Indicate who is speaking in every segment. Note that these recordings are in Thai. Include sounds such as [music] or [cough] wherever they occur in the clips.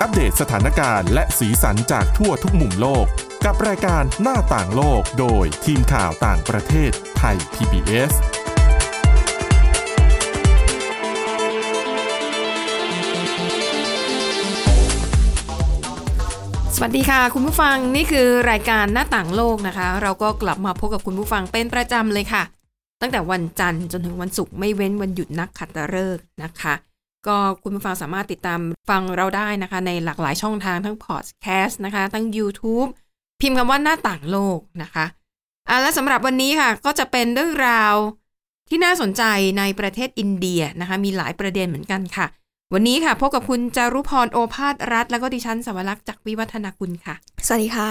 Speaker 1: อัปเดตสถานการณ์และสีสันจากทั่วทุกมุมโลก กับรายการหน้าต่างโลกโดยทีมข่าวต่างประเทศไทย PBS
Speaker 2: สวัสดีค่ะ คุณผู้ฟังนี่คือรายการหน้าต่างโลกนะคะ เราก็กลับมาพบกับคุณผู้ฟังเป็นประจำเลยค่ะ ตั้งแต่วันจันทร์จนถึงวันศุกร์ไม่เว้นวันหยุดนักขัตฤกษ์นะคะ ก็คุณผู้ฟังสามารถติดตามฟังเราได้นะคะ ในหลากหลายช่องทางทั้งพอดแคสต์นะคะ ทั้ง YouTube พิมพ์คำว่าหน้าต่างโลกนะคะอ่ะและสำหรับวันนี้ค่ะ ก็จะเป็นเรื่องราวที่น่าสนใจในประเทศอินเดียนะคะ มีหลายประเด็นเหมือนกันค่ะ วันนี้ค่ะพบกับคุณจารุพรโอภาสรัฐ แล้วก็ดิฉันสวรักษ์จากวิวัฒนาคุณค่ะ
Speaker 3: สวัสดีค่ะ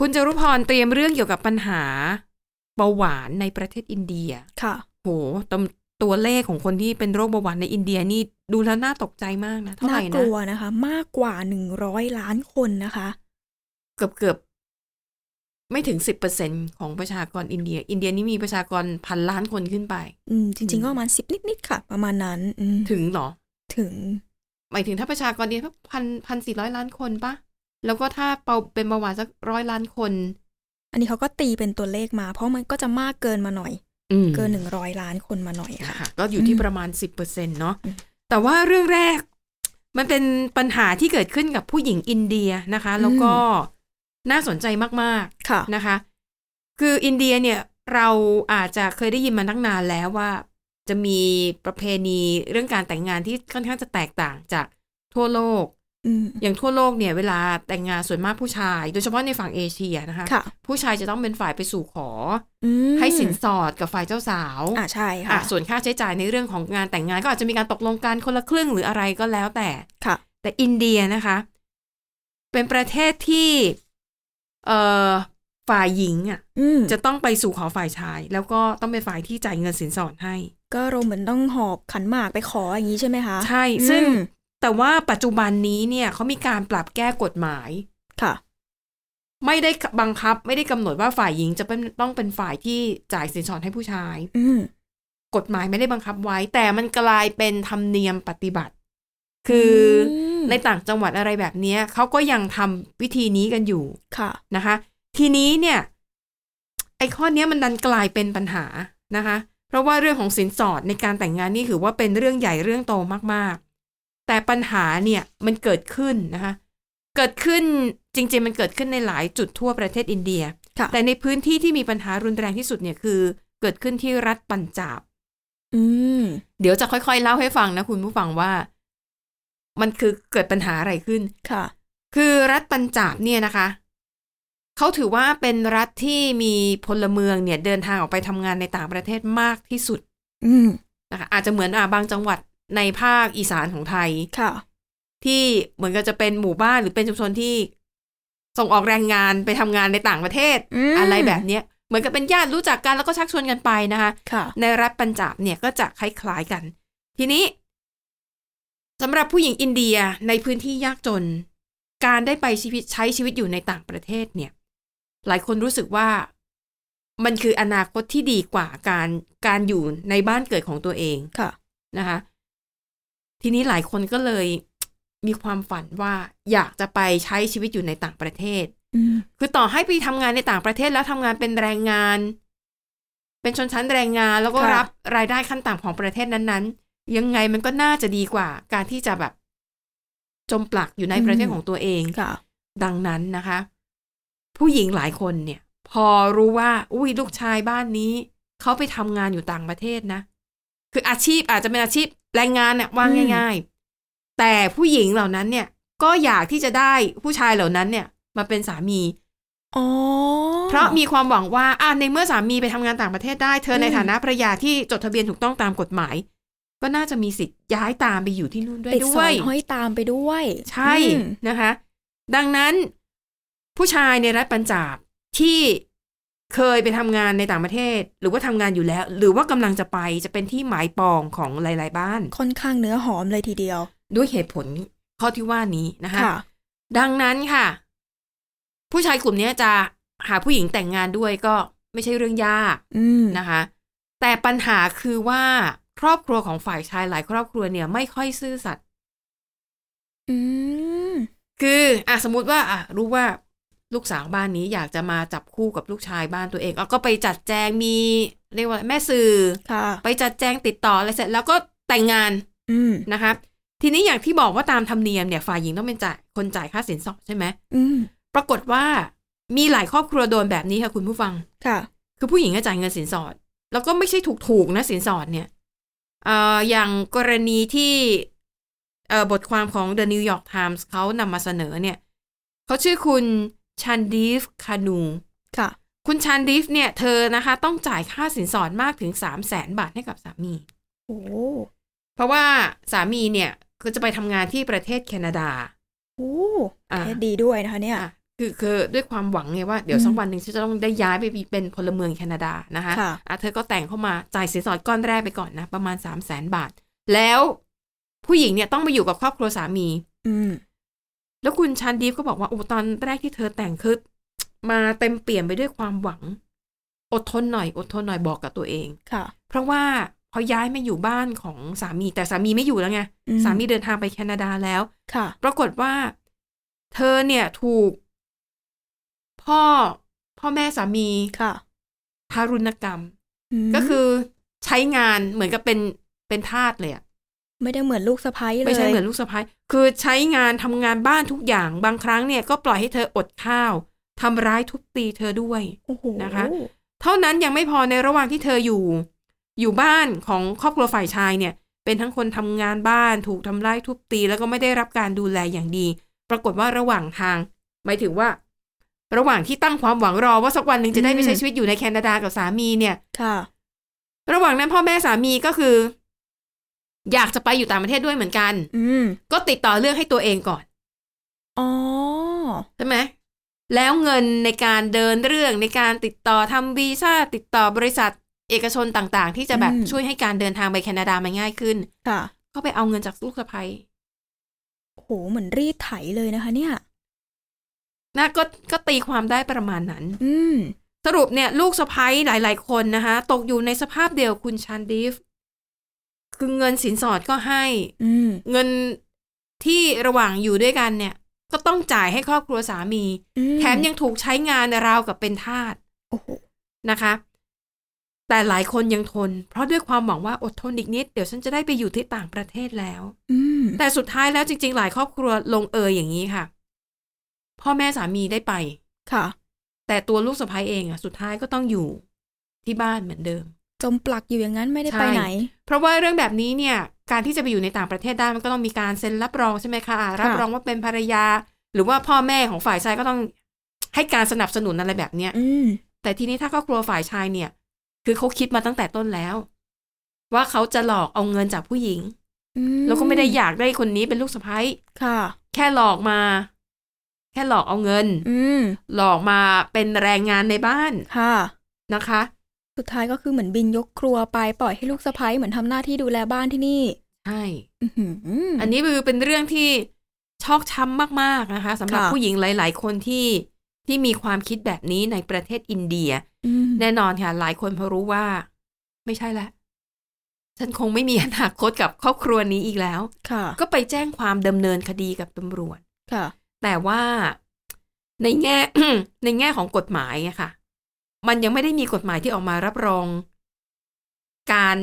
Speaker 2: คุณจารุพรเตรียมเรื่องเกี่ยวกับปัญหาเบาหวานในประเทศอินเดีย
Speaker 3: ค่ะ
Speaker 2: โหตำตัวเลขของคนที่เป็นโรคเบาหวานในอินเดียนี่ดูแล้วน่าตกใจมากนะ เท่าไห
Speaker 3: น่า
Speaker 2: ร่
Speaker 3: ก
Speaker 2: นะ
Speaker 3: ลัวนะคะ มากกว่าหนึ่งร้อยล้านคนนะคะ
Speaker 2: เกือบเกือบๆไม่ถึงสิบเปอร์เซ็นของประชากรอินเดีย อินเดียนี่มีประชากรพันล้านคนขึ้นไป
Speaker 3: อืม จริง
Speaker 2: อืม
Speaker 3: ๆ ก็ประมาณสิบนิด ๆ ค่ะ ประมาณนั้น อืม
Speaker 2: ถึงเหรอ
Speaker 3: ถึง
Speaker 2: หมายถึงถ้าประชากรเดียวพันพันสี่ร้อยล้านคนปะแล้วก็ถ้าเปาเป็นเบาหวานสักร้อยล้านคน
Speaker 3: อันนี้เขาก็ตีเป็นตัวเลขมา เพราะมันก็จะมากเกินมาหน่อย
Speaker 2: อืม
Speaker 3: เกินหนึ่งร้อยล้านคนมาหน่อยค่ะ
Speaker 2: ค่ะก็อยู่ที่
Speaker 3: อืม
Speaker 2: ประมาณ 10%เนาะ
Speaker 3: อืม
Speaker 2: แต่ว่าเรื่องแรก มันเป็นปัญหาที่เกิดขึ้นกับผู้หญิงอินเดียนะคะ
Speaker 3: อืม
Speaker 2: แล้วก็น่าสนใจมาก
Speaker 3: ค่ะ
Speaker 2: ๆนะคะ คืออินเดียเนี่ยเราอาจจะเคยได้ยินมาตั้งนานแล้วว่า จะมีประเพณีเรื่องการแต่งงานที่ค่อนข้างจะแตกต่างจากทั่วโลก
Speaker 3: อืม
Speaker 2: อย่างทั่วโลกเนี่ยเวลาแต่งงานส่วนมากผู้ชาย โดยเฉพาะในฝั่งเอเชียนะคะ
Speaker 3: ค่ะ
Speaker 2: ผู้ชายจะต้องเป็นฝ่ายไปสู่ขอ
Speaker 3: อื
Speaker 2: อ
Speaker 3: ม
Speaker 2: ให้สินสอดกับฝ่ายเจ้าสาว
Speaker 3: อ่าใช่
Speaker 2: อ่ะ
Speaker 3: ค่ะ
Speaker 2: ส่วนค่าใช้จ่ายในเรื่องของงานแต่งงานก็อาจจะมีการตกลงกันคนละครึ่งหรืออะไรก็แล้วแต่
Speaker 3: ค่ะ
Speaker 2: แต่อินเดียนะคะ เป็นประเทศที่เอ่อฝ่ายหญิงอ่ะ
Speaker 3: อืม
Speaker 2: จะต้องไปสู่ขอฝ่ายชาย แล้วก็ต้องเป็นฝ่ายที่จ่ายเงินสินสอดให้
Speaker 3: ก็อารมณ์เหมือนต้องหอบขันหมากไปขออย่างนี้ใช่ไหมคะ
Speaker 2: ใช่ซึ่ง
Speaker 3: อืม
Speaker 2: แต่ว่าปัจจุบันนี้เนี่ยเขามีการปรับแก้กฎหมาย
Speaker 3: ค่ะ
Speaker 2: ไม่ได้บังคับ ไม่ได้กำหนดว่าฝ่ายหญิงจะเป็นต้องเป็นฝ่ายที่จ่ายสินสอดให้ผู้ชาย
Speaker 3: อืม
Speaker 2: กฎหมายไม่ได้บังคับไว้ แต่มันกลายเป็นธรรมเนียมปฏิบัติ คืออ
Speaker 3: ม
Speaker 2: ในต่างจังหวัดอะไรแบบเนี้ยเขาก็ยังทำวิธีนี้กันอยู่
Speaker 3: ค่ะ
Speaker 2: นะคะ ทีนี้เนี่ย ไอ้ข้อเนี้ยมันดันกลายเป็นปัญหานะคะ เพราะว่าเรื่องของสินสอดในการแต่งงานนี่ถือว่าเป็นเรื่องใหญ่เรื่องโตมากๆ แต่ปัญหาเนี่ยมันเกิดขึ้นนะคะ เกิดขึ้นจริง ๆ มันเกิดขึ้นในหลายจุดทั่วประเทศอินเดีย
Speaker 3: ค่ะ
Speaker 2: แต่ในพื้นที่ที่มีปัญหารุนแรงที่สุดเนี่ยคือ เกิดขึ้นที่รัฐปัญจาบ
Speaker 3: อืม
Speaker 2: เดี๋ยวจะค่อยๆ เล่าให้ฟังนะคุณผู้ฟังว่า มันคือเกิดปัญหาอะไรขึ้น
Speaker 3: ค่ะ
Speaker 2: คือรัฐปัญจาบเนี่ยนะคะ เขาถือว่าเป็นรัฐที่มีพลเมืองเนี่ยเดินทางออกไปทำงานในต่างประเทศมากที่สุด
Speaker 3: อืม
Speaker 2: นะคะอาจจะเหมือนอ่าบางจังหวัดในภาคอีสานของไทย
Speaker 3: ค่ะ
Speaker 2: ที่เหมือนกับจะเป็นหมู่บ้านหรือเป็นชุมชนที่ ส่งออกแรงงานไปทำงานในต่างประเทศ
Speaker 3: อืม
Speaker 2: อะไรแบบเนี้ยเหมือนกับเป็นญาติรู้จักกันแล้วก็ชักชวนกันไปนะคะ
Speaker 3: ค่ะ
Speaker 2: ในรัฐปัญจาบเนี่ยก็จะคล้ายๆกัน ทีนี้สำหรับผู้หญิงอินเดียในพื้นที่ยากจน การได้ไปชีวิตใช้ชีวิตอยู่ในต่างประเทศเนี่ย หลายคนรู้สึกว่ามันคืออนาคตที่ดีกว่าการการอยู่ในบ้านเกิดของตัวเอง
Speaker 3: ค่ะ
Speaker 2: นะคะ ทีนี้หลายคนก็เลยมีความฝันว่าอยากจะไปใช้ชีวิตอยู่ในต่างประเทศ
Speaker 3: อืม
Speaker 2: คือต่อให้ไปทำงานในต่างประเทศแล้วทำงานเป็นแรงงาน เป็นชนชั้นแรงงานแล้วก็
Speaker 3: ค่ะ
Speaker 2: รับรายได้ขั้นต่ำของประเทศนั้นๆ ยังไงมันก็น่าจะดีกว่า การที่จะแบบจมปลักอยู่ในประเทศของตัวเอง
Speaker 3: ค่ะ
Speaker 2: ดังนั้นนะคะ ผู้หญิงหลายคนเนี่ย พอรู้ว่า อุ้ยลูกชายบ้านนี้ เขาไปทำงานอยู่ต่างประเทศนะ คืออาชีพอาจจะเป็นอาชีพแรงงานเนี่ยว่างง่าย ๆ แต่ผู้หญิงเหล่านั้นเนี่ย ก็อยากที่จะได้ผู้ชายเหล่านั้นเนี่ย มาเป็นสามี
Speaker 3: อ๋อ
Speaker 2: เพราะมีความหวังว่าอ่ะในเมื่อสามีไปทำงานต่างประเทศได้ เธอใน
Speaker 3: อืม
Speaker 2: ฐานะภรรยาที่จดทะเบียนถูกต้องตามกฎหมาย ก็น่าจะมีสิทธิ์ย้ายตามไปอยู่ที่นู่นด้วย
Speaker 3: ติด
Speaker 2: ด้
Speaker 3: สอ
Speaker 2: วย
Speaker 3: ยห้อยตามไปด้วย
Speaker 2: ใช่
Speaker 3: อืม
Speaker 2: นะคะ ดังนั้นผู้ชายในรัฐปัญจาบที่เคยไปทำงานในต่างประเทศ หรือว่าทำงานอยู่แล้ว หรือว่ากำลังจะไปจะเป็นที่หมายปองของหลาย ๆ บ้าน
Speaker 3: ค่อนข้างเนื้อหอมเลยทีเดียว
Speaker 2: ด้วยเหตุผลข้อที่ว่านี้นะคะ ดังนั้นค่ะ ผู้ชายกลุ่มเนี้ยจะหาผู้หญิงแต่งงานด้วยก็ไม่ใช่เรื่องยาก
Speaker 3: อืม
Speaker 2: นะคะแต่ปัญหาคือว่าครอบครัวของฝ่ายชายหลายครอบครัวเนี่ย ไม่ค่อยซื่อสัตย์
Speaker 3: อืม
Speaker 2: คืออ่ะสมมติว่าอ่ะรู้ว่าลูกสาวบ้านนี้อยากจะมาจับคู่กับลูกชายบ้านตัวเองเอาก็ไปจัดแจงมีเรียกว่าแม่สื่อ
Speaker 3: ค่ะ
Speaker 2: ไปจัดแจงติดต่ออะไรเสร็จแล้วก็แต่งงาน
Speaker 3: อืม
Speaker 2: นะคะทีนี้อย่างที่บอกว่าตามธรรมเนียมเนี่ยฝ่ายหญิงต้องเป็นจ่ายคนจ่ายค่าสินสอดใช่ไหม
Speaker 3: อืม
Speaker 2: ปรากฏว่ามีหลายครอบครัวโดนแบบนี้ค่ะคุณผู้ฟัง
Speaker 3: ค่ะ
Speaker 2: คือผู้หญิงก็จ่ายเงินสินสอด แล้วก็ไม่ใช่ถูกถูกๆนะสินสอดเนี่ยเอ่ออย่างกรณีที่เอ่อบทความของ The New York Times เขานำมาเสนอเนี่ยเขาชื่อคุณชันดีฟคานู
Speaker 3: ค่ะ
Speaker 2: คุณชันดีฟเนี่ยเธอนะคะ ต้องจ่ายค่าสินสอดมากถึงสามแสนบาทให้กับสามี
Speaker 3: โอ้
Speaker 2: เพราะว่าสามีเนี่ยก็จะไปทำงานที่ประเทศแคนาดา
Speaker 3: โอ้
Speaker 2: อ่ะ
Speaker 3: เคสดีด้วยนะคะ เนี่ย
Speaker 2: อ่ะคือคือด้วยความหวังไงว่าเดี๋ยวสัก
Speaker 3: อืม
Speaker 2: วันหนึ่งฉันจะต้องได้ย้ายไปเป็นพลเมืองแคนาดานะคะ
Speaker 3: ค่ะ
Speaker 2: อ่ะเธอก็แต่งเข้ามาจ่ายสินสอดก้อนแรกไปก่อนนะ ประมาณ3 0 0แสนบาท แล้วผู้หญิงเนี่ยต้องไปอยู่กับครอบครัวสามี
Speaker 3: อืม
Speaker 2: แล้วคุณชันดีฟก็บอกว่าโอ้ตอนแรกที่เธอแต่งคือมาเต็มเปี่ยมไปด้วยความหวัง อดทนหน่อย อดทนหน่อยบอกกับตัวเอง
Speaker 3: ค่ะ
Speaker 2: เพราะว่าพอย้ายมาอยู่บ้านของสามี แต่สามีไม่อยู่แล้วไง
Speaker 3: อืม
Speaker 2: สามีเดินทางไปแคนาดาแล้ว
Speaker 3: ค่ะ
Speaker 2: ปรากฏว่าเธอเนี่ยถูก พ่อพ่อแม่สามี
Speaker 3: ค่ะ
Speaker 2: ทารุณกรรม
Speaker 3: ม
Speaker 2: ก็คือใช้งานเหมือนกับเป็นเป็นทาสเลยอะ
Speaker 3: ไม่ได้เหมือนลูกสะพ้ยเลย
Speaker 2: ไม่ใช่เหมือนลูกสะพ้ายคือใช้งานทำงานบ้านทุกอย่าง บางครั้งเนี่ยก็ปล่อยให้เธออดข้าวทำร้ายทุบตีเธอด้วย
Speaker 3: โอ้โห
Speaker 2: นะคะ เท่านั้นยังไม่พอในระหว่างที่เธออยู่ อยู่บ้านของครอบครัวฝ่ายชายเนี่ย เป็นทั้งคนทำงานบ้านถูกทำร้ายทุบตี แล้วก็ไม่ได้รับการดูแลอย่างดี ปรากฏว่าระหว่างทางหมายถึงว่า ระหว่างที่ตั้งความหวังรอว่าสักวันหนึ่งจะได้ไปใช้ชีวิตอยู่ในแคนาดากับสามีเนี่ย
Speaker 3: ค่ะ
Speaker 2: ระหว่างนั้นพ่อแม่สามีก็คือ อยากจะไปอยู่ต่างประเทศด้วยเหมือนกัน
Speaker 3: อืม
Speaker 2: ก็ติดต่อเรื่องให้ตัวเองก่อน
Speaker 3: อ๋อ
Speaker 2: ใช่ไหมแล้วเงินในการเดินเรื่องในการติดต่อทำวีซ่าติดต่อบริษัทเอกชนต่างๆ ที่จะแบบ
Speaker 3: อืม
Speaker 2: ช่วยให้การเดินทางไปแคนาดามันง่ายขึ้น
Speaker 3: ค่ะ
Speaker 2: ก็ไปเอาเงินจากลูกสะใภ้
Speaker 3: โอ้โห เหมือนรีดไถเลยนะคะ เนี่ย
Speaker 2: นะก็ก็ตีความได้ประมาณนั้น
Speaker 3: อืม
Speaker 2: สรุปเนี่ยลูกสะใภ้หลายๆ คนนะคะตกอยู่ในสภาพเดียวคุณชันดีฟ คือเงินสินสอดก็ให้
Speaker 3: อืม
Speaker 2: เงินที่ระหว่างอยู่ด้วยกันเนี่ย ก็ต้องจ่ายให้ครอบครัวสามี
Speaker 3: อื
Speaker 2: แถมยังถูกใช้งานราวกับเป็นทาส
Speaker 3: โอ้โห
Speaker 2: นะคะ แต่หลายคนยังทน เพราะด้วยความหวังว่าอดทนอีกนิด เดี๋ยวฉันจะได้ไปอยู่ที่ต่างประเทศแล้ว
Speaker 3: อืม
Speaker 2: แต่สุดท้ายแล้วจริง ๆ หลายครอบครัวลงเอยอย่างนี้ค่ะ พ่อแม่สามีได้ไป
Speaker 3: ค่ะ
Speaker 2: แต่ตัวลูกสะใภ้เองอะสุดท้ายก็ต้องอยู่ที่บ้านเหมือนเดิม
Speaker 3: จมปลักอยู่อย่างนั้นไม่ได้
Speaker 2: ใช่
Speaker 3: ไปไหน
Speaker 2: เพราะว่าเรื่องแบบนี้เนี่ย การที่จะไปอยู่ในต่างประเทศได้มันก็ต้องมีการเซ็นรับรองใช่ไหมคะอ่ารับรองว่าเป็นภรรยา หรือว่าพ่อแม่ของฝ่ายชายก็ต้องให้การสนับสนุนอะไรแบบเนี้ย
Speaker 3: อืม
Speaker 2: แต่ทีนี้ถ้าครอบครัวฝ่ายชายเนี่ย คือเขาคิดมาตั้งแต่ต้นแล้ว ว่าเขาจะหลอกเอาเงินจากผู้หญิง
Speaker 3: อื
Speaker 2: แล้วก็ไม่ได้อยากได้คนนี้เป็นลูกสะใภ้
Speaker 3: ค่ะ
Speaker 2: แค่หลอกมา แค่หลอกเอาเงิน
Speaker 3: อืม
Speaker 2: หลอกมาเป็นแรงงานในบ้าน
Speaker 3: ค่ะ
Speaker 2: นะคะ
Speaker 3: สุดท้ายก็คือเหมือนบินยกครัวไปปล่อยให้ลูกสะพ้ยเหมือนทำหน้าที่ดูแลบ้านที่นี่
Speaker 2: ใช่
Speaker 3: อือหืออ
Speaker 2: อันนี้คือเป็นเรื่องที่ชอกช้ำมากๆนะคะสำหรับ
Speaker 3: ค่ะ
Speaker 2: ผู้หญิงหลาย ๆ คนที่ที่มีความคิดแบบนี้ในประเทศอินเดีย
Speaker 3: อืม
Speaker 2: แน่นอนค่ะ หลายคนพอรู้ว่า ไม่ใช่แล้วฉันคงไม่มีอนาคตกับครอบครัวนี้อีกแล้ว
Speaker 3: ค่ะ
Speaker 2: ก็ไปแจ้งความดำเนินคดีกับตำรวจ
Speaker 3: ค่ะ
Speaker 2: แต่ว่าในแง่ [coughs] ในแง่ของกฎหมายอะค่ะ มันยังไม่ได้มีกฎหมายที่ออกมารับรอง การ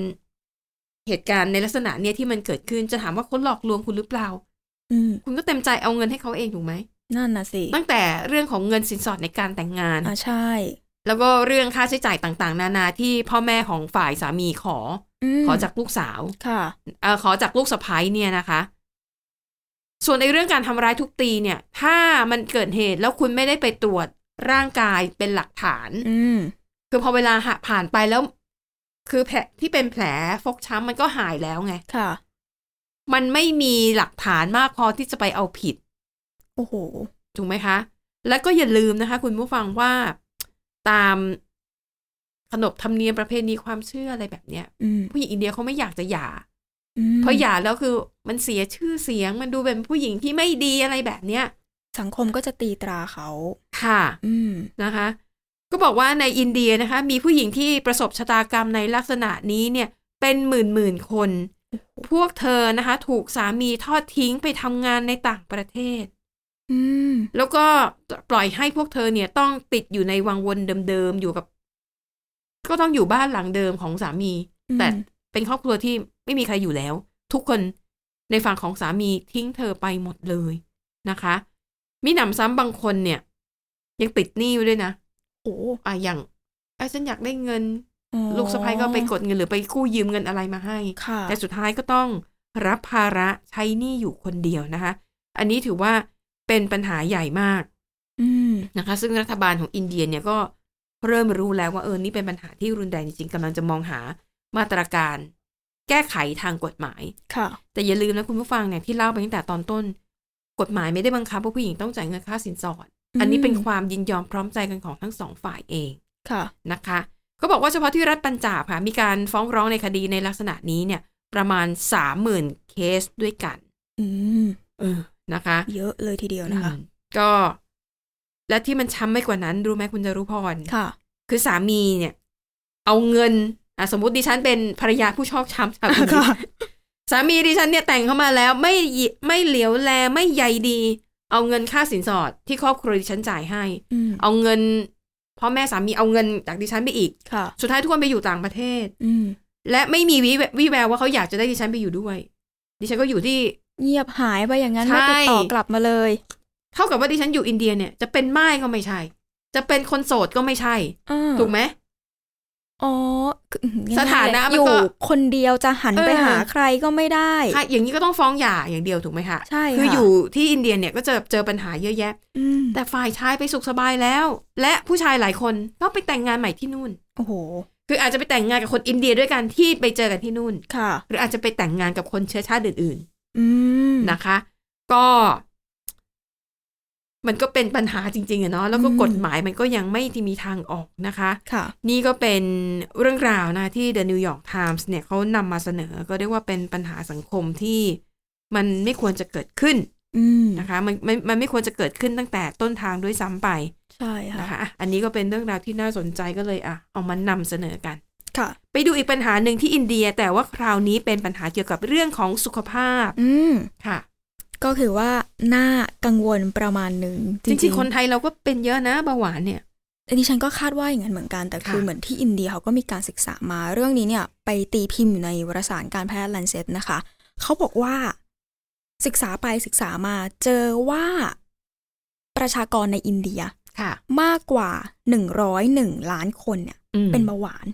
Speaker 2: เหตุการณ์ในลักษณะเนี้ยที่มันเกิดขึ้นจะถามว่าคนหลอกลวงคุณหรือเปล่า
Speaker 3: อืม
Speaker 2: คุณก็เต็มใจเอาเงินให้เขาเองถูกไหม
Speaker 3: นั่นน่ะสิ
Speaker 2: ตั้งแต่เรื่องของเงินสินสอดในการแต่งงาน
Speaker 3: อ่าใช่
Speaker 2: แล้วก็เรื่องค่าใช้จ่ายต่างๆ นานาที่พ่อแม่ของฝ่ายสามีขอ
Speaker 3: อืม
Speaker 2: ขอจากลูกสาว
Speaker 3: ค่ะ
Speaker 2: เออขอจากลูกสะพ้ยเนี่ยนะคะ ส่วนในเรื่องการทำร้ายทุบตีเนี่ย ถ้ามันเกิดเหตุแล้วคุณไม่ได้ไปตรวจร่างกายเป็นหลักฐาน
Speaker 3: อืม
Speaker 2: คือพอเวลาหะผ่านไปแล้ว คือแผลที่เป็นแผลฟกช้ำมันก็หายแล้วไง
Speaker 3: ค่ะ
Speaker 2: มันไม่มีหลักฐานมากพอที่จะไปเอาผิด
Speaker 3: โอ้โห
Speaker 2: ถูกไหมคะ แล้วก็อย่าลืมนะคะ คุณผู้ฟังว่าตามขนบธรรมเนียมประเพณีความเชื่ออะไรแบบเนี้ย
Speaker 3: อืม
Speaker 2: ผู้หญิงอินเดียเขาไม่อยากจะหย่า
Speaker 3: อืม
Speaker 2: เพราะหย่าแล้วคือมันเสียชื่อเสียง มันดูเป็นผู้หญิงที่ไม่ดีอะไรแบบเนี้ย
Speaker 3: สังคมก็จะตีตราเขา
Speaker 2: ค่ะ
Speaker 3: อืม
Speaker 2: นะคะ ก็บอกว่าในอินเดียนะคะ มีผู้หญิงที่ประสบชะตากรรมในลักษณะนี้เนี่ย เป็นหมื่นหมื่นๆคน พวกเธอนะคะ ถูกสามีทอดทิ้งไปทำงานในต่างประเทศ
Speaker 3: อืม
Speaker 2: แล้วก็ปล่อยให้พวกเธอเนี่ยต้องติดอยู่ในวังวนเดิมๆอยู่กับ ก็ต้องอยู่บ้านหลังเดิมของสามี
Speaker 3: อืม
Speaker 2: แต่เป็นครอบครัวที่ไม่มีใครอยู่แล้ว ทุกคนในฝั่งของสามีทิ้งเธอไปหมดเลยนะคะมีหนำซ้ำบางคนเนี่ย ยังติดหนี้ไว้ด้วยนะ
Speaker 3: โอ้โห
Speaker 2: อ่ะอย่างไอ้ยฉันอยากได้เงิน
Speaker 3: อ๋อ
Speaker 2: ลูกสะใภ้ก็ไปกดเงินหรือไปกู้ยืมเงินอะไรมาให้
Speaker 3: ค่ะ
Speaker 2: แต่สุดท้ายก็ต้องรับภาระใช้หนี้อยู่คนเดียวนะคะ อันนี้ถือว่าเป็นปัญหาใหญ่มาก
Speaker 3: อืม
Speaker 2: นะคะซึ่งรัฐบาลของอินเดียเนี่ยก็เริ่มรู้แล้วว่าเออนี่เป็นปัญหาที่รุนแรงจริงๆกำลังจะมองหามาตรการ แก้ไขทางกฎหมาย
Speaker 3: ค่ะ
Speaker 2: แต่อย่าลืมนะคุณผู้ฟังเนี่ยที่เล่าไปตั้งแต่ตอนต้น กฎหมายไม่ได้บังคับว่าผู้หญิงต้องจ่ายเงินค่าสินสอด อันนี้เป็นความยินยอมพร้อมใจกันของทั้งสองฝ่ายเอง
Speaker 3: ค่ะ
Speaker 2: นะคะเขาบอกว่าเฉพาะที่รัฐปัญจาบค่ะมีการฟ้องร้องในคดีในลักษณะนี้เนี่ยประมาณสามหมื่นเคสด้วยกัน
Speaker 3: อืม
Speaker 2: เออนะคะ
Speaker 3: เยอะเลยทีเดียวนะคะ
Speaker 2: อืมก็และที่มันช้ำไม่กว่านั้น รู้ไหมคุณจารุพร
Speaker 3: ค่ะ
Speaker 2: คือสามีเนี่ย เอาเงินอ่ะสมมติดิฉันเป็นภรรยาผู้ชอบช้ำค่ะคุณ
Speaker 3: ค่ะ
Speaker 2: สามีดิฉันเนี่ยแต่งเข้ามาแล้วไม่ยิไม่เหลียวแลไม่ใยดี เอาเงินค่าสินสอดที่ครอบครัวดิฉันจ่ายให้
Speaker 3: อืม
Speaker 2: เอาเงินพ่อแม่สามีเอาเงินจากดิฉันไปอีก
Speaker 3: ค่ะ
Speaker 2: สุดท้ายทุกคนไปอยู่ต่างประเทศ
Speaker 3: อืม
Speaker 2: และไม่มีวิแวววิแววว่าเขาอยากจะได้ดิฉันไปอยู่ด้วย ดิฉันก็อยู่ที่
Speaker 3: เงียบหายไปอย่างนั้นไม่
Speaker 2: ใช่
Speaker 3: ติดต่อกลับมาเลย
Speaker 2: เท่ากับว่าดิฉันอยู่อินเดียเนี่ยจะเป็นม่ายก็ไม่ใช่ จะเป็นคนโสดก็ไม่ใช่
Speaker 3: อ้าว
Speaker 2: ถูกไหม
Speaker 3: อ๋อคือง่ยๆ
Speaker 2: สถานะมันก็
Speaker 3: อยู่คนเดียวจะหันไป
Speaker 2: เออ
Speaker 3: หาใครก็ไม่ได้
Speaker 2: ค่ะอย่างนี้ก็ต้องฟ้องหย่าอย่างเดียวถูกไหมคะ
Speaker 3: ใช่
Speaker 2: คือ
Speaker 3: ค่ะ
Speaker 2: อยู่ที่อินเดียเนี่ยก็จะเจอปัญหาเยอะแยะ
Speaker 3: อืม
Speaker 2: แต่ฝ่ายชายไปสุขสบายแล้ว และผู้ชายหลายคนก็ไปแต่งงานใหม่ที่นู่น
Speaker 3: โอ้โห
Speaker 2: คืออาจจะไปแต่งงานกับคนอินเดียด้วยกันที่ไปเจอกันที่นู่น
Speaker 3: ค่ะ
Speaker 2: หรืออาจจะไปแต่งงานกับคนเชื้อชาติอื่น
Speaker 3: อืม
Speaker 2: ๆนะคะ ก็ มันก็เป็นปัญหาจริงๆอะเนาะแล้วก็
Speaker 3: อืม
Speaker 2: กฎหมายมันก็ยังไม่ที่มีทางออกนะคะ
Speaker 3: ค่ะ
Speaker 2: นี่ก็เป็นเรื่องราวนะที่ The New York Times เนี่ยเขานำมาเสนอก็เรียกว่าเป็นปัญหาสังคมที่มันไม่ควรจะเกิดขึ้น
Speaker 3: อืม
Speaker 2: นะคะมันมันมันไม่ควรจะเกิดขึ้นตั้งแต่ต้นทางด้วยซ้ำไป
Speaker 3: ใช่ค่ะ
Speaker 2: นะคะอ่ะอันนี้ก็เป็นเรื่องราวที่น่าสนใจก็เลยอ่ะเอามานำเสนอกัน
Speaker 3: ค่ะ
Speaker 2: ไปดูอีกปัญหาหนึ่งที่อินเดีย แต่ว่าคราวนี้เป็นปัญหาเกี่ยวกับเรื่องของสุขภาพ
Speaker 3: อืม
Speaker 2: ค่ะ
Speaker 3: ก็คือว่าน่ากังวลประมาณหนึ่ง
Speaker 2: จริงๆคนไทยเราก็เป็นเยอะนะเบาหวานเนี่ย
Speaker 3: อันนี้ฉันก็คาดว่าอย่างนั้นเหมือนกันแต่
Speaker 2: ค่ะ
Speaker 3: คือเหมือนที่อินเดียเขาก็มีการศึกษามาเรื่องนี้เนี่ย ไปตีพิมพ์อยู่ในวารสารการแพทย์ Lancet นะคะเขาบอกว่าศึกษาไปศึกษามาเจอว่าประชากรในอินเดีย
Speaker 2: ค่ะ
Speaker 3: มากกว่า 101 ล้านคนเนี่ย
Speaker 2: อืม
Speaker 3: เป็นเบาหวาน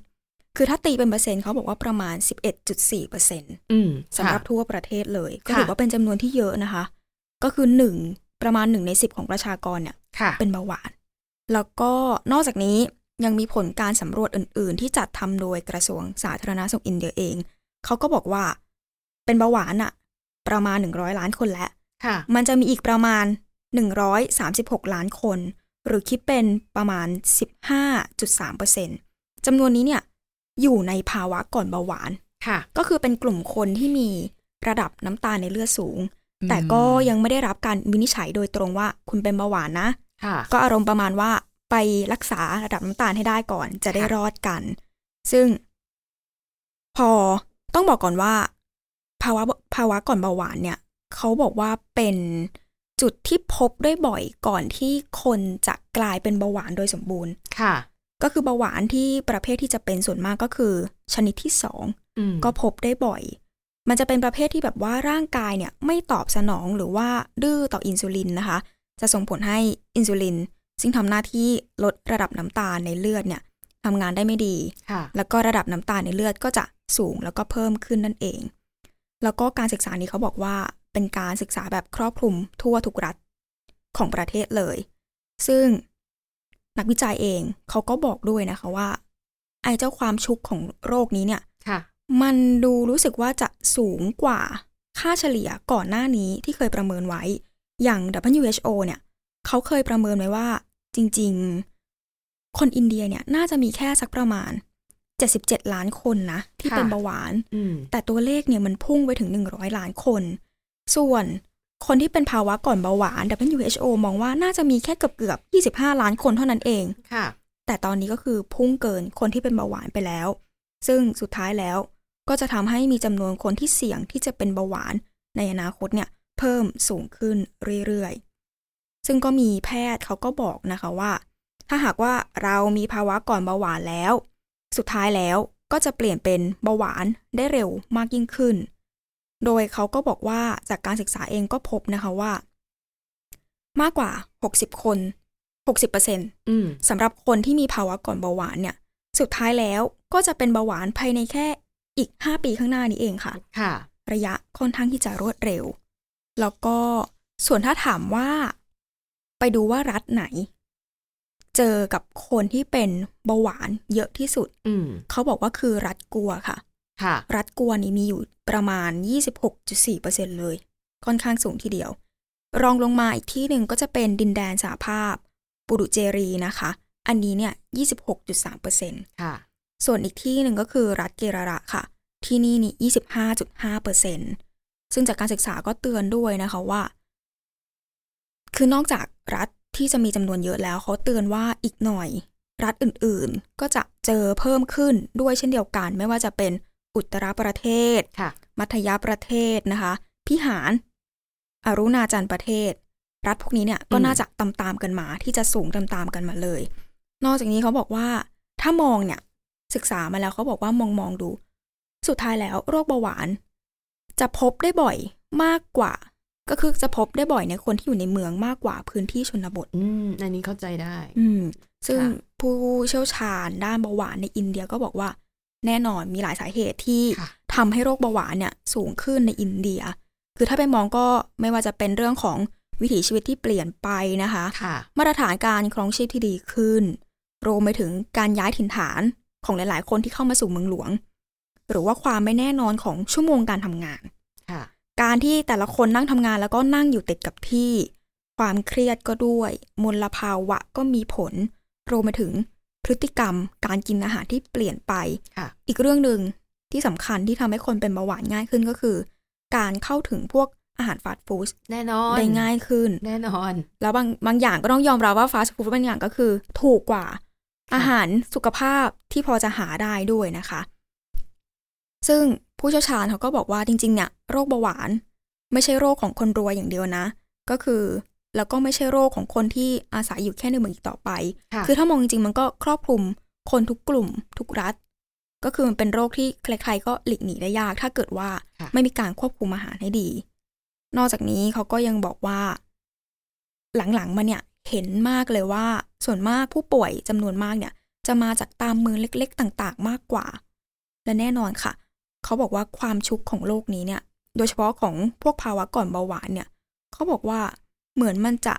Speaker 3: คือถ้าตีเป็นเปอร์เซ็นต์เขาบอกว่าประมาณ 11.4เปอร์เซ็นต์
Speaker 2: อืม
Speaker 3: สำหรับ
Speaker 2: ค่ะ
Speaker 3: ทั่วประเทศเลยก็
Speaker 2: ค่ะ
Speaker 3: ถือว่าเป็นจำนวนที่เยอะนะคะ ก็คือหนึ่งประมาณหนึ่งในสิบของประชากรเนี่ย
Speaker 2: ค่ะ
Speaker 3: เป็นเบาหวาน แล้วก็นอกจากนี้ยังมีผลการสำรวจอื่น ๆ ที่จัดทำโดยกระทรวงสาธารณสุขอินเดียเอง เขาก็บอกว่าเป็นเบาหวานอะประมาณ 100 ล้านคนแล้ว
Speaker 2: ค่ะ
Speaker 3: มันจะมีอีกประมาณ 136 ล้านคน หรือคิดเป็นประมาณ 15.3%จำนวนนี้เนี่ยอยู่ในภาวะก่อนเบาหวาน
Speaker 2: ค่ะ
Speaker 3: ก็คือเป็นกลุ่มคนที่มีระดับน้ำตาลในเลือดสูง แต่ก็ยังไม่ได้รับการวินิจฉัยโดยตรงว่า คุณเป็นเบาหวานนะ
Speaker 2: ค่ะ
Speaker 3: ก็อารมณ์ประมาณว่าไปรักษาระดับน้ำตาลให้ได้ก่อน จะได้
Speaker 2: ค่ะ
Speaker 3: รอดกัน ซึ่ง พอต้องบอกก่อนว่า ภาวะภาวะก่อนเบาหวานเนี่ย เขาบอกว่าเป็นจุดที่พบได้บ่อยก่อนที่คนจะกลายเป็นเบาหวานโดยสมบูรณ์
Speaker 2: ค่ะ
Speaker 3: ก็คือเบาหวานที่ประเภทที่จะเป็นส่วนมากก็คือ ชนิดที่สอง
Speaker 2: อืม
Speaker 3: ก็พบได้บ่อย มันจะเป็นประเภทที่แบบว่าร่างกายเนี่ยไม่ตอบสนองหรือว่าดื้อต่ออินซูลินนะคะ จะส่งผลให้อินซูลิน ซึ่งทำหน้าที่ลดระดับน้ำตาลในเลือดเนี่ยทำงานได้ไม่ดี
Speaker 2: ค่ะ
Speaker 3: แล้วก็ระดับน้ำตาลในเลือดก็จะสูงแล้วก็เพิ่มขึ้นนั่นเอง แล้วก็การศึกษานี้เขาบอกว่าเป็นการศึกษาแบบครอบคลุมทั่วทุกรัฐของประเทศเลย ซึ่งนักวิจัยเองเขาก็บอกด้วยนะคะว่า ไอ้เจ้าความชุกของโรคนี้เนี่ย
Speaker 2: ค่ะ
Speaker 3: มันดูรู้สึกว่าจะสูงกว่าค่าเฉลี่ยก่อนหน้านี้ที่เคยประเมินไว้ อย่าง WHO เนี่ยเขาเคยประเมินไว้ว่า จริงๆ คนอินเดียเนี่ยน่าจะมีแค่สักประมาณ 77 ล้านคนนะ ที่
Speaker 2: ค่ะ
Speaker 3: เป็นเบาหวาน
Speaker 2: อืม
Speaker 3: แต่ตัวเลขเนี่ยมันพุ่งไปถึง 100 ล้านคน ส่วนคนที่เป็นภาวะก่อนเบาหวาน WHO มองว่าน่าจะมีแค่เกือบเกือบๆ25 ล้านคนเท่านั้นเอง
Speaker 2: ค่ะ
Speaker 3: แต่ตอนนี้ก็คือพุ่งเกินคนที่เป็นเบาหวานไปแล้ว ซึ่งสุดท้ายแล้ว ก็จะทำให้มีจำนวนคนที่เสี่ยงที่จะเป็นเบาหวานในอนาคตเนี่ยเพิ่มสูงขึ้นเรื่อยๆ ซึ่งก็มีแพทย์เขาก็บอกนะคะว่า ถ้าหากว่าเรามีภาวะก่อนเบาหวานแล้ว สุดท้ายแล้วก็จะเปลี่ยนเป็นเบาหวานได้เร็วมากยิ่งขึ้น โดยเขาก็บอกว่าจากการศึกษาเองก็พบนะคะว่า มากกว่า 60 คน 60%เปอร์เซ็นต
Speaker 2: อืม
Speaker 3: สำหรับคนที่มีภาวะก่อนเบาหวานเนี่ย สุดท้ายแล้วก็จะเป็นเบาหวานภายในแค่อีก 5 ปีข้างหน้านี้เองค่ะ
Speaker 2: ค่ะ
Speaker 3: ระยะค่อนข้างที่จะรวดเร็ว แล้วก็ส่วนถ้าถามว่า ไปดูว่ารัฐไหน เจอกับคนที่เป็นเบาหวานเยอะที่สุด
Speaker 2: อืม
Speaker 3: เขาบอกว่าคือรัฐกลัวค่ะ
Speaker 2: ค่ะ
Speaker 3: รัฐกลัวนี่มีอยู่ประมาณ 26.4%เลย ค่อนข้างสูงทีเดียว รองลงมาอีกที่หนึ่งก็จะเป็นดินแดนสหภาพ ปุรุเจรีนะคะ อันนี้เนี่ย 26.3%
Speaker 2: ค่ะ
Speaker 3: ส่วนอีกที่หนึ่งก็คือรัฐเกราระค่ะ ที่นี่นี่ 25.5%ซึ่งจากการศึกษาก็เตือนด้วยนะคะว่า คือนอกจากรัฐที่จะมีจำนวนเยอะแล้วเขาเตือนว่าอีกหน่อย รัฐอื่นๆ ก็จะเจอเพิ่มขึ้นด้วยเช่นเดียวกัน ไม่ว่าจะเป็นอุตตรประเทศ
Speaker 2: ค่ะ
Speaker 3: มัธยประเทศนะคะ พิหาร อรุณาจันทร์ประเทศ รัฐพวกนี้เนี่ยก็
Speaker 2: อืม
Speaker 3: น่าจะตามตามๆกันมาที่จะสูงตามตามๆกันมาเลย นอกจากนี้เขาบอกว่า ถ้ามองเนี่ยศึกษามาแล้วเขาบอกว่ามองมองๆดู สุดท้ายแล้วโรคเบาหวาน จะพบได้บ่อยมากกว่า ก็คือจะพบได้บ่อยในคนที่อยู่ในเมืองมากกว่าพื้นที่ชนบท
Speaker 2: อืม อันนี้เข้าใจได้
Speaker 3: อืม ซึ่ง
Speaker 2: ค่ะ
Speaker 3: ผู้เชี่ยวชาญด้านเบาหวานในอินเดียก็บอกว่า แน่นอนมีหลายสาเหตุที่
Speaker 2: ค่ะ
Speaker 3: ทำให้โรคเบาหวานเนี่ยสูงขึ้นในอินเดีย คือถ้าไปมองก็ไม่ว่าจะเป็นเรื่องของวิถีชีวิตที่เปลี่ยนไปนะคะ
Speaker 2: ค่ะ
Speaker 3: มาตรฐานการครองชีพที่ดีขึ้น รวมไปถึงการย้ายถิ่นฐานของหลาย ๆ คนที่เข้ามาสู่เมืองหลวง หรือว่าความไม่แน่นอนของชั่วโมงการทำงาน
Speaker 2: ค่ะ
Speaker 3: การที่แต่ละคนนั่งทำงานแล้วก็นั่งอยู่ติดกับที่ ความเครียดก็ด้วย มลภาวะก็มีผล รวมไปถึงพฤติกรรม การกินอาหารที่เปลี่ยนไป
Speaker 2: ค่ะ
Speaker 3: อีกเรื่องหนึ่งที่สำคัญที่ทำให้คนเป็นเบาหวานง่ายขึ้นก็คือ การเข้าถึงพวกอาหารฟาสต์ฟู้ด
Speaker 2: แน่นอน
Speaker 3: ได้ง่ายขึ้น
Speaker 2: แน่นอน
Speaker 3: แล้วบางบางอย่างก็ต้องยอมรับว่าฟาสต์ฟู้ดบางอย่างก็คือถูกกว่า อาหารสุขภาพที่พอจะหาได้ด้วยนะคะ ซึ่งผู้เชี่ยวชาญเขาก็บอกว่าจริง ๆ เนี่ยโรคเบาหวาน ไม่ใช่โรคของคนรวยอย่างเดียวนะ ก็คือแล้วก็ไม่ใช่โรคของคนที่อาศัยอยู่แค่ในเมืองอีกต่อไป
Speaker 2: ค่ะ
Speaker 3: คือถ้ามองจริงๆ มันก็ครอบคลุมคนทุกกลุ่ม ทุกรัฐ ก็คือมันเป็นโรคที่ใครๆก็หลีกหนีได้ยาก ถ้าเกิดว่า
Speaker 2: ค่ะ
Speaker 3: ไม่มีการควบคุมอาหารให้ดี นอกจากนี้เขาก็ยังบอกว่า หลังๆมาเนี่ยเห็นมากเลยว่า ส่วนมากผู้ป่วยจำนวนมากเนี่ย จะมาจากตามเมืองเล็กๆ ต่างๆ มากกว่า และแน่นอนค่ะ เขาบอกว่าความชุกของโลกนี้เนี่ย โดยเฉพาะของพวกภาวะก่อนเบาหวานเนี่ย เขาบอกว่าเหมือนมันจะ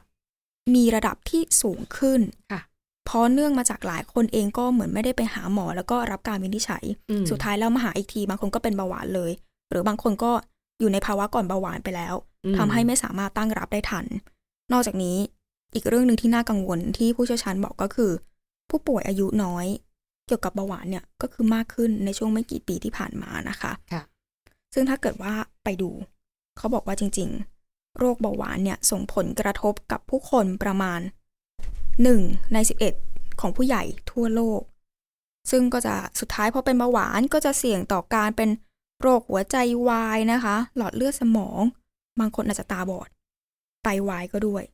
Speaker 3: มีระดับที่สูงขึ้น
Speaker 2: ค่ะ
Speaker 3: เพราะเนื่องมาจากหลายคนเองก็เหมือนไม่ได้ไปหาหมอ แล้วก็รับการวินิจฉัย
Speaker 2: อืม
Speaker 3: สุดท้ายแล้วมาหาอีกทีบางคนก็เป็นเบาหวานเลย หรือบางคนก็อยู่ในภาวะก่อนเบาหวานไปแล้ว
Speaker 2: อืม
Speaker 3: ทำให้ไม่สามารถตั้งรับได้ทัน นอกจากนี้อีกเรื่องหนึ่งที่น่ากังวลที่ผู้เชี่ยวชาญบอกก็คือ ผู้ป่วยอายุน้อยเกี่ยวกับเบาหวานเนี่ยก็คือมากขึ้นในช่วงไม่กี่ปีที่ผ่านมานะคะ
Speaker 2: ค่ะ
Speaker 3: ซึ่งถ้าเกิดว่าไปดู เขาบอกว่าจริง ๆ โรคเบาหวานเนี่ยส่งผลกระทบกับผู้คนประมาณ 1 ใน 11 ของผู้ใหญ่ทั่วโลก ซึ่งก็จะสุดท้ายพอเป็นเบาหวานก็จะเสี่ยงต่อการเป็นโรคหัวใจวายนะคะ หลอดเลือดสมอง บางคนอาจจะตาบอด ไตวายก็ด้วย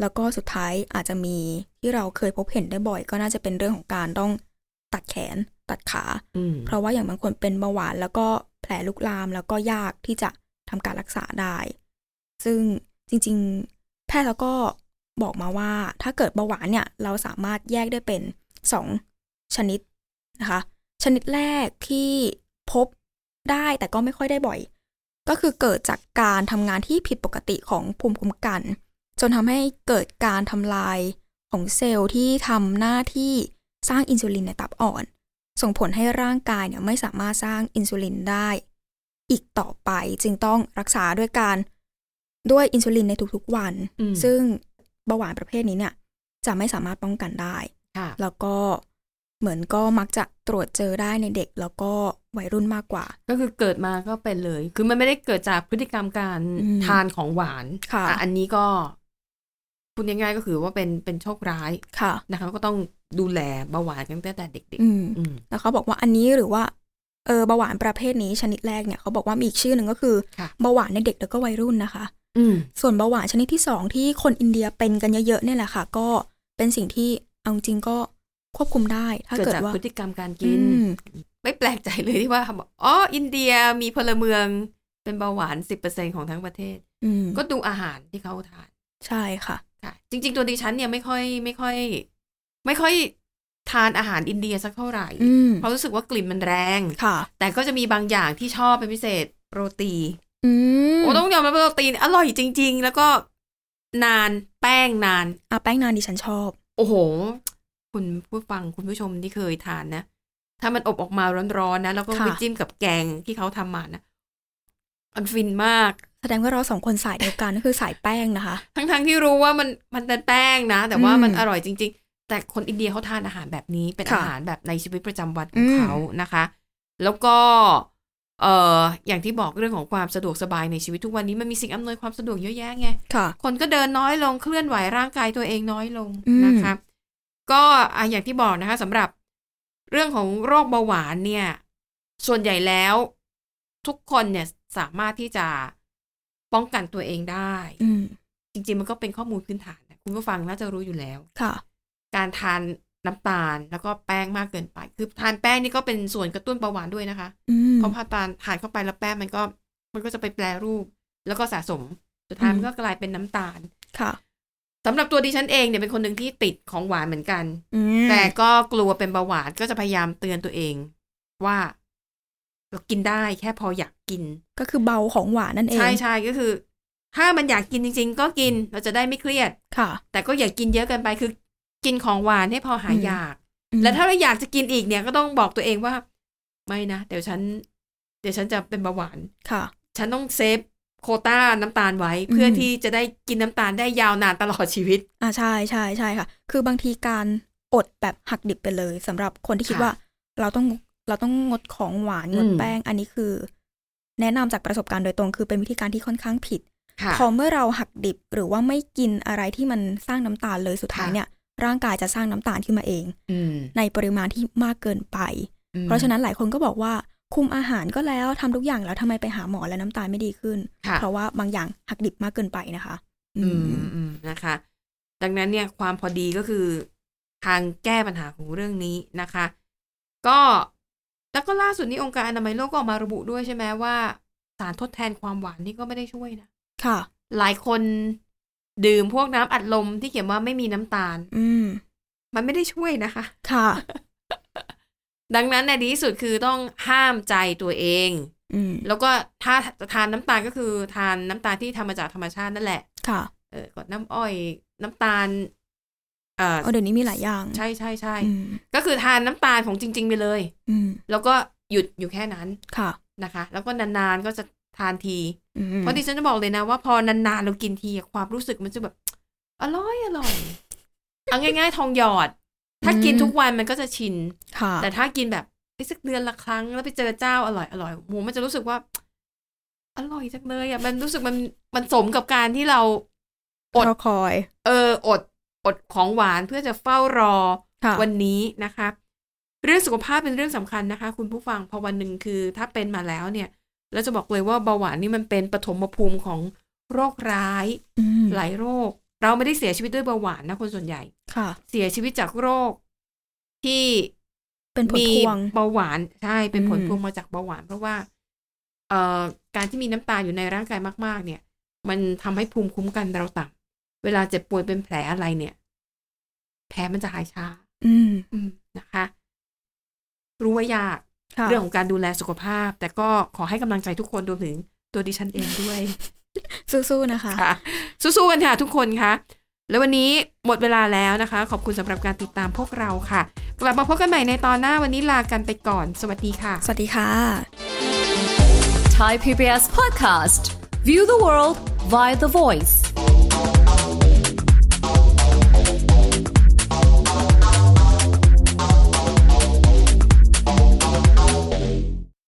Speaker 3: แล้วก็สุดท้ายอาจจะมีที่เราเคยพบเห็นได้บ่อย ก็น่าจะเป็นเรื่องของการต้องตัดแขนตัดขา
Speaker 2: อืม
Speaker 3: เพราะว่าอย่างบางคนเป็นเบาหวานแล้วก็แผลลุกลามแล้วก็ยากที่จะทำการรักษาได้ ซึ่งจริงๆ แพทย์แล้วก็บอกมาว่าถ้าเกิดเบาหวานเนี่ยเราสามารถแยกได้เป็น 2 ชนิดนะคะ ชนิดแรกที่พบได้แต่ก็ไม่ค่อยได้บ่อย ก็คือเกิดจากการทำงานที่ผิดปกติของภูมิคุ้มกัน จนทำให้เกิดการทำลายของเซลล์ที่ทำหน้าที่สร้างอินซูลินในตับอ่อน ส่งผลให้ร่างกายเนี่ยไม่สามารถสร้างอินซูลินได้ อีกต่อไปจึงต้องรักษาด้วยการด้วยอินซูลินในทุกๆวัน
Speaker 2: อืม
Speaker 3: ซึ่งเบาหวานประเภทนี้เนี่ยจะไม่สามารถป้องกันได้
Speaker 2: ค่ะ
Speaker 3: แล้วก็เหมือนก็มักจะตรวจเจอได้ในเด็กแล้วก็วัยรุ่นมากกว่า
Speaker 2: ก็คือเกิดมาก็เป็นเลย คือมันไม่ได้เกิดจากพฤติกรรมการ
Speaker 3: อืม
Speaker 2: ทานของหวาน
Speaker 3: ค่ะ
Speaker 2: อ่อันนี้ก็พูดง่ายๆก็คือว่าเป็นเป็นโชคร้าย
Speaker 3: ค่ะ
Speaker 2: นะคะ ก็ต้องดูแลเบาหวานกันตั้งแต่เด็ก
Speaker 3: อืม
Speaker 2: ๆอืม
Speaker 3: แล้วเขาบอกว่าอันนี้หรือว่า เออเบาหวานประเภทนี้ชนิดแรกเนี่ยเขาบอกว่ามีอีกชื่อหนึ่งก็คือ
Speaker 2: ค่ะ
Speaker 3: เบาหวานในเด็กแล้วก็วัยรุ่นนะคะ
Speaker 2: อืม
Speaker 3: ส่วนเบาหวานชนิดที่สองที่คนอินเดียเป็นกันเยอะๆเนี่ยแหละค่ะ ก็เป็นสิ่งที่เอาจริงๆก็ควบคุมได้ ถ้า
Speaker 2: เกิด
Speaker 3: เกิด
Speaker 2: จาก
Speaker 3: ว่า
Speaker 2: พฤติกรรมการกิน
Speaker 3: อืม
Speaker 2: ไม่แปลกใจเลยที่ว่าบอกอ๋ออินเดียมีพลเมืองเป็นเบาหวานสิบเปอร์เซ็นของทั้งประเทศ
Speaker 3: อืม
Speaker 2: ก็ดูอาหารที่เขาทาน
Speaker 3: ใช่ค่ะ
Speaker 2: ค่ะ จริง ๆ ตัวดิฉันเนี่ยไม่ค่อยไม่ค่อย ไม่ค่อยทานอาหารอินเดียสักเท่าไหร่
Speaker 3: อืม
Speaker 2: เพราะรู้สึกว่ากลิ่นมันแรง
Speaker 3: ค่ะ
Speaker 2: แต่ก็จะมีบางอย่างที่ชอบเป็นพิเศษโรตี
Speaker 3: อืม
Speaker 2: โอ้ต้องยอมรับว่าโรตีนี่อร่อยจริง ๆ แล้วก็นานแป้งนาน
Speaker 3: อ่ะแป้งนานดิฉันชอบ
Speaker 2: โอ้โห คุณผู้ฟังคุณผู้ชมที่เคยทานนะ ถ้ามันอบออกมาร้อนๆนะ แล้วก็
Speaker 3: ค่ะ
Speaker 2: ไปจิ้มกับแกงที่เขาทำมานะมันฟินมาก
Speaker 3: แสดงว่าเราสองคนสายเดียวกันก็คือสายแป้งนะคะ
Speaker 2: ทั้งๆที่รู้ว่ามันมันเป็นแป้งนะ แต่ว่า
Speaker 3: อืม
Speaker 2: มันอร่อยจริง ๆ แต่คนอินเดียเขาทานอาหารแบบนี้เป็น
Speaker 3: ค่ะ
Speaker 2: อาหารแบบในชีวิตประจำวันของ
Speaker 3: อืม
Speaker 2: เขานะคะ แล้วก็ เอ่ออย่างที่บอกเรื่องของความสะดวกสบายในชีวิตทุกวันนี้มันมีสิ่งอำนวยความสะดวกเยอะแยะไง
Speaker 3: ค่ะ
Speaker 2: คนก็เดินน้อยลงเคลื่อนไหวร่างกายตัวเองน้อยลง
Speaker 3: อืม
Speaker 2: นะคะก็อ่ะอย่างที่บอกนะคะสำหรับเรื่องของโรคเบาหวานเนี่ย ส่วนใหญ่แล้วทุกคนเนี่ยสามารถที่จะป้องกันตัวเองได้
Speaker 3: อืม
Speaker 2: จริง ๆ มันก็เป็นข้อมูลพื้นฐานนะคุณผู้ฟังน่าจะรู้อยู่แล้ว
Speaker 3: ค่ะ
Speaker 2: การทานน้ำตาลแล้วก็แป้งมากเกินไป คือทานแป้งนี่ก็เป็นส่วนกระตุ้นเบาหวานด้วยนะคะ
Speaker 3: อืม
Speaker 2: เพราะพอทานทานเข้าไปแล้วแป้งมันก็มันก็จะไปแปรรูป แล้วก็สะสมสุดท้าย
Speaker 3: อืม
Speaker 2: มันก็กลายเป็นน้ำตาล
Speaker 3: ค่ะ
Speaker 2: สำหรับตัวดิฉันเองเนี่ยเป็นคนหนึ่งที่ติดของหวานเหมือนกัน
Speaker 3: อืม
Speaker 2: แต่ก็กลัวเป็นเบาหวานก็จะพยายามเตือนตัวเอง ว่าเรากินได้แค่พออยากกิน
Speaker 3: ก็คือเบาของหวานนั่นเอง
Speaker 2: ใช่ใช่ก็คือ ถ้ามันอยากกินจริง ๆ ก็กินเราจะได้ไม่เครียด
Speaker 3: ค่ะ
Speaker 2: แต่ก็อย่ากินเยอะเกินไปคือกินของหวานให้พอหายอยาก
Speaker 3: อืม
Speaker 2: และถ้าเราอยากจะกินอีกเนี่ยก็ต้องบอกตัวเองว่า ไม่นะเดี๋ยวฉัน เดี๋ยวฉันจะเป็นเบาหวาน
Speaker 3: ค่ะ
Speaker 2: ฉันต้องเซฟโควต้าน้ำตาลไว้ เพื่ออ
Speaker 3: ม
Speaker 2: ที่จะได้กินน้ำตาลได้ยาวนานตลอดชีวิต
Speaker 3: อ่าใช่ใช่ใช่ค่ะ คือบางทีการอดแบบหักดิบไปเลยสำหรับคนที่คิด
Speaker 2: ค่ะ
Speaker 3: ว่า เราต้องเราต้องงดของหวานงด
Speaker 2: อืม
Speaker 3: แป้งอันนี้คือ แนะนำจากประสบการณ์โดยตรง คือเป็นวิธีการที่ค่อนข้างผิด
Speaker 2: ค่ะ
Speaker 3: พอเมื่อเราหักดิบหรือว่าไม่กินอะไรที่มันสร้างน้ำตาลเลยสุดท้าย
Speaker 2: ค่ะ
Speaker 3: เนี่ย ร่างกายจะสร้างน้ำตาลขึ้นมาเอง
Speaker 2: อืม
Speaker 3: ในปริมาณที่มากเกินไป
Speaker 2: อืม
Speaker 3: เพราะฉะนั้นหลายคนก็บอกว่าคุมอาหารก็แล้วทำทุกอย่างแล้วทำไมไปหาหมอแล้วน้ำตาลไม่ดีขึ้น
Speaker 2: ค่ะ
Speaker 3: เพราะว่าบางอย่างหักดิบมากเกินไปนะคะ อื
Speaker 2: อื
Speaker 3: ม
Speaker 2: มอืมนะคะ ดังนั้นเนี่ยความพอดีก็คือ ทางแก้ปัญหาของเรื่องนี้นะคะ ก็แล้วก็ล่าสุดนี้องค์การอนามัยโลกก็ออกมาระบุด้วยใช่ไหมว่า สารทดแทนความหวานนี่ก็ไม่ได้ช่วยนะ
Speaker 3: ค่ะ
Speaker 2: หลายคนดื่มพวกน้ำอัดลมที่เขียนว่าไม่มีน้ำตาล
Speaker 3: อืม
Speaker 2: มันไม่ได้ช่วยนะคะ
Speaker 3: ค่ะ
Speaker 2: ดังนั้นในดีที่สุดคือต้องห้ามใจตัวเอง
Speaker 3: อืม
Speaker 2: แล้วก็ถ้าจะทานน้ำตาลก็คือทานน้ำตาลที่ทำมาจากธรรมชาตินั่นแหละ
Speaker 3: ค่ะ
Speaker 2: เออกดน้ำอ้อยน้ำตาลเออ
Speaker 3: เอาเดี๋ยวนี้มีหลายอย่าง
Speaker 2: ใช่ใช่ใช่
Speaker 3: อืม
Speaker 2: ก็คือทานน้ำตาลของจริง ๆ ไปเลย
Speaker 3: อืม
Speaker 2: แล้วก็หยุดอยู่แค่นั้น
Speaker 3: ค่ะ
Speaker 2: นะคะ แล้วก็นานๆก็จะทานที
Speaker 3: อืม
Speaker 2: เพราะดิฉันจะบอกเลยนะว่าพอนานๆเรากินทีอะความรู้สึกมันจะแบบ อร่อยอร่อยเอาง่ายๆ ทองหยอด ถ้ากินทุกวันมันก็จะชิน
Speaker 3: ค่ะ
Speaker 2: แต่ถ้ากินแบบสักเดือนละครั้ง แล้วไปเจอเจ้าอร่อยอร่อยโหมันจะรู้สึกว่า อร่อยจังเลยอ่ะมันรู้สึกมันมันสมกับการที่เรา อด
Speaker 3: รอคอย
Speaker 2: เอออดอดของหวานเพื่อจะเฝ้ารอ
Speaker 3: ค่ะ
Speaker 2: วันนี้นะคะ เรื่องสุขภาพเป็นเรื่องสำคัญนะคะ คุณผู้ฟังพอวันหนึ่งคือ ถ้าเป็นมาแล้วเนี่ยเราจะบอกเลยว่าเบาหวานนี่มันเป็นปฐมภูมิของโรคร้าย
Speaker 3: อืม
Speaker 2: หลายโรค เราไม่ได้เสียชีวิตด้วยเบาหวานนะคนส่วนใหญ่
Speaker 3: ค่ะ
Speaker 2: เสียชีวิตจากโรค ที่
Speaker 3: เป็นผล
Speaker 2: มี
Speaker 3: พวง
Speaker 2: เบาหวานใช่เป็นผล
Speaker 3: อืม
Speaker 2: พวงมาจากเบาหวาน เพราะว่า เอ่อการที่มีน้ำตาลอยู่ในร่างกายมาก ๆ เนี่ย มันทำให้ภูมิคุ้มกันเราต่ำเวลาเจ็บป่วยเป็นแผลอะไรเนี่ย แผลมันจะหายช้า
Speaker 3: อืม
Speaker 2: อืมนะคะ รู้ว่ายาก
Speaker 3: ค่ะ
Speaker 2: เรื่องของการดูแลสุขภาพ แต่ก็ขอให้กำลังใจทุกคนรวมถึงตัวดิฉันเองด้วย
Speaker 3: สู้ๆนะคะ
Speaker 2: ค่ะสู้ๆกันค่ะทุกคนค่ะ แล้ววันนี้หมดเวลาแล้วนะคะ ขอบคุณสำหรับการติดตามพวกเราค่ะ กลับมาพบกันใหม่ในตอนหน้าวันนี้ลากันไปก่อน สวัสดีค่ะ
Speaker 3: สวัสดีค่ะ
Speaker 4: Thai PBS podcast. View the world via the voice.